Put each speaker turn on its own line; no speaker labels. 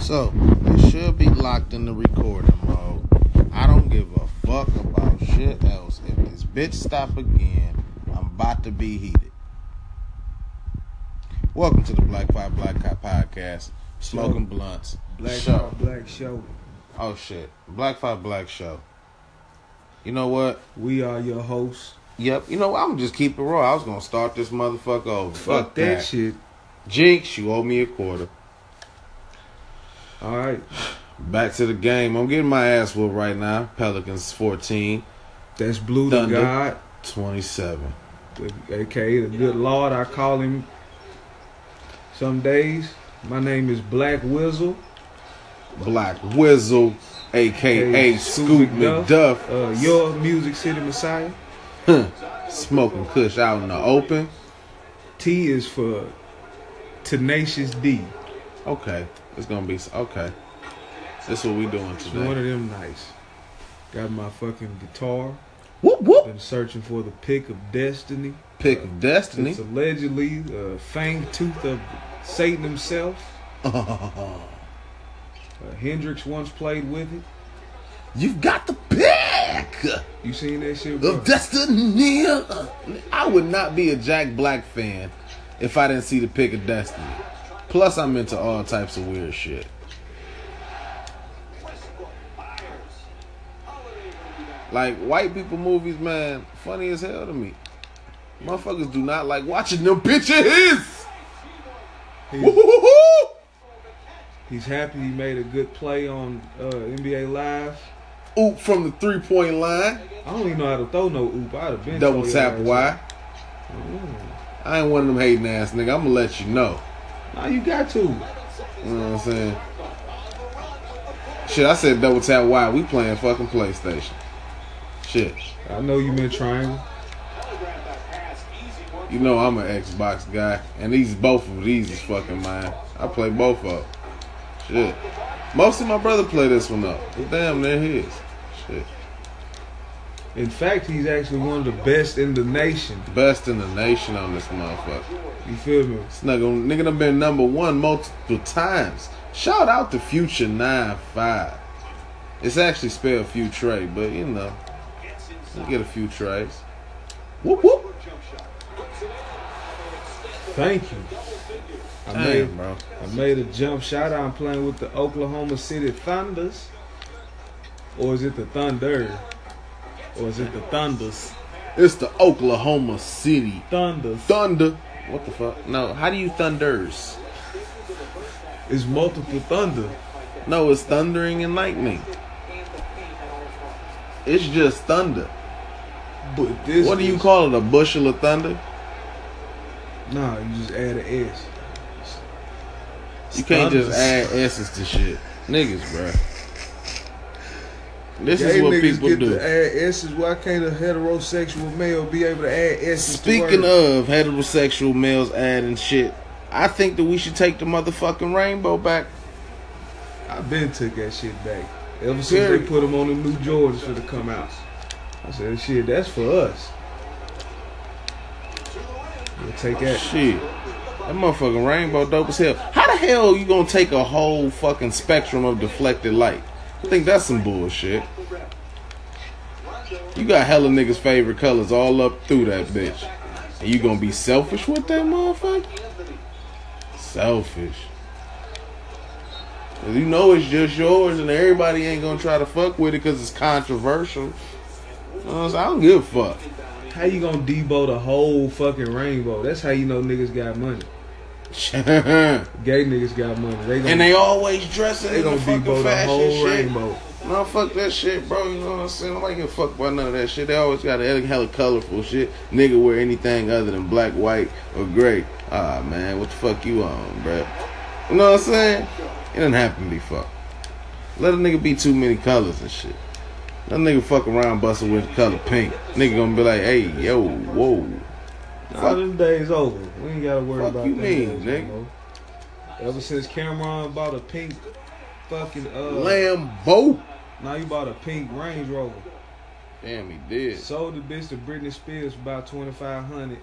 So it should be locked in the recording mode. I don't give a fuck about shit else. If this bitch stop again, I'm about to be heated. Welcome to the Black Five Black Cop Podcast. Smoking blunts.
Black
show.
Show. Black Show.
Oh shit. Black Five Black Show. You know what?
We are your hosts.
Yep. You know what? I'm just keep it raw. I was gonna start this motherfucker over.
Fuck, that, shit.
Jinx, you owe me a quarter.
All right.
Back to the game. I'm getting my ass whooped right now. Pelicans 14,
That's Blue
Thunder.
to God.
27.
AKA the good Lord. I call him some days. My name is Black Wizzle.
Black Wizzle, aka
Hey,
Scoop
Scoop
McDuff,
Uh, your Music City Messiah.
smoking Kush out in the open.
T is for Tenacious D.
Okay, it's gonna be s- okay. This what we doing
It's one
today.
of them nights. Got my fucking guitar.
Whoop whoop.
Been searching for the pick of destiny.
Pick of destiny.
It's allegedly the fang tooth of Satan himself. Uh, Hendrix once played with it.
You've got the pick
You seen that shit, bro?
of destiny. I would not be a Jack Black fan if I didn't see the pick of destiny. Plus, I'm into all types of weird shit. Like white people movies, man, funny as hell to me. Motherfuckers do not like watching them pictures.
He's,
Woo-hoo-hoo-hoo!
he's happy he made a good play on uh, NBA Live.
Oop from the three point line,
I don't even know how to throw no oop. I'd have been
double
told
tap
that.
Y.
Mm.
I ain't one of them hating ass nigga. I'm gonna let you know.
Nah, you got to.
You know what I'm saying? Shit, I said double tap Y. We playing fucking PlayStation. Shit.
I know you meant triangle.
You know I'm an Xbox guy, and these both of these is fucking mine. I play both of 'em. Shit. Most of my brother play this one up. Damn, there he is. Shit.
In fact, he's actually one of the best in the nation.
Best in the nation on this motherfucker.
You feel me?
This nigga, nigga done been number one multiple times. Shout out to Future 9-5. It's actually spelled Future, but you know. You get a few tries. Whoop whoop.
Thank you. I made,
Damn, bro.
I made a jump shot. I'm playing with the Oklahoma City Thunders. Or is it the Thunder? Or is it the Thunders?
It's the Oklahoma City
Thunders.
Thunder. What the fuck? No, how do you thunders?
It's multiple thunder.
No, it's thundering and lightning. It's just thunder.
But this
What do you
is-
call it? A bushel of thunder?
Nah, you just add an S.
You can't just
Thunders.
add S's to shit. Niggas, bruh. This
Gay
is what
niggas
people
get To
do.
add S's. Why can't a heterosexual male be able to add S's?
Speaking
to words?
of heterosexual males adding shit, I think that we should take the motherfucking rainbow back.
I've been took that shit back. Ever since
Period.
they put them on the new Jordans for to come out, I said, "Shit, that's for us." We'll take that.
Shit. That motherfucking rainbow dope as hell. How the hell you gonna take a whole fucking spectrum of deflected light? I think that's some bullshit. You got hella niggas' favorite colors all up through that bitch. And you gonna be selfish with that motherfucker? Selfish. 'Cause you know it's just yours and everybody ain't gonna try to fuck with it because it's controversial. You know what I'm saying? I don't give a fuck.
How you gonna debo the whole fucking rainbow? That's how you know niggas got money. Gay niggas got money. They gonna,
And they always dressing
they
in
gonna
the fucking
debo the
fashion
whole
shit.
rainbow.
No, fuck that shit, bro. You know what I'm saying? Nobody give a fuck about none of that shit. They always got a hella colorful shit. Nigga wear anything other than black, white, or gray. Ah, man, what the fuck you on, bro? You know what I'm saying? It doesn't happen before. Let a nigga be too many colors and shit. Let a nigga fuck around busting with the color pink. Nigga gonna be like, hey, yo, whoa.
Nah, this day's over. We ain't gotta worry
Fuck
about
you
that.
mean,
days
nigga?
no more. Ever since Cameron bought a pink fucking uh
Lambo.
now you bought a pink Range Rover.
Damn, he did.
Sold the bitch to Britney Spears for about twenty five hundred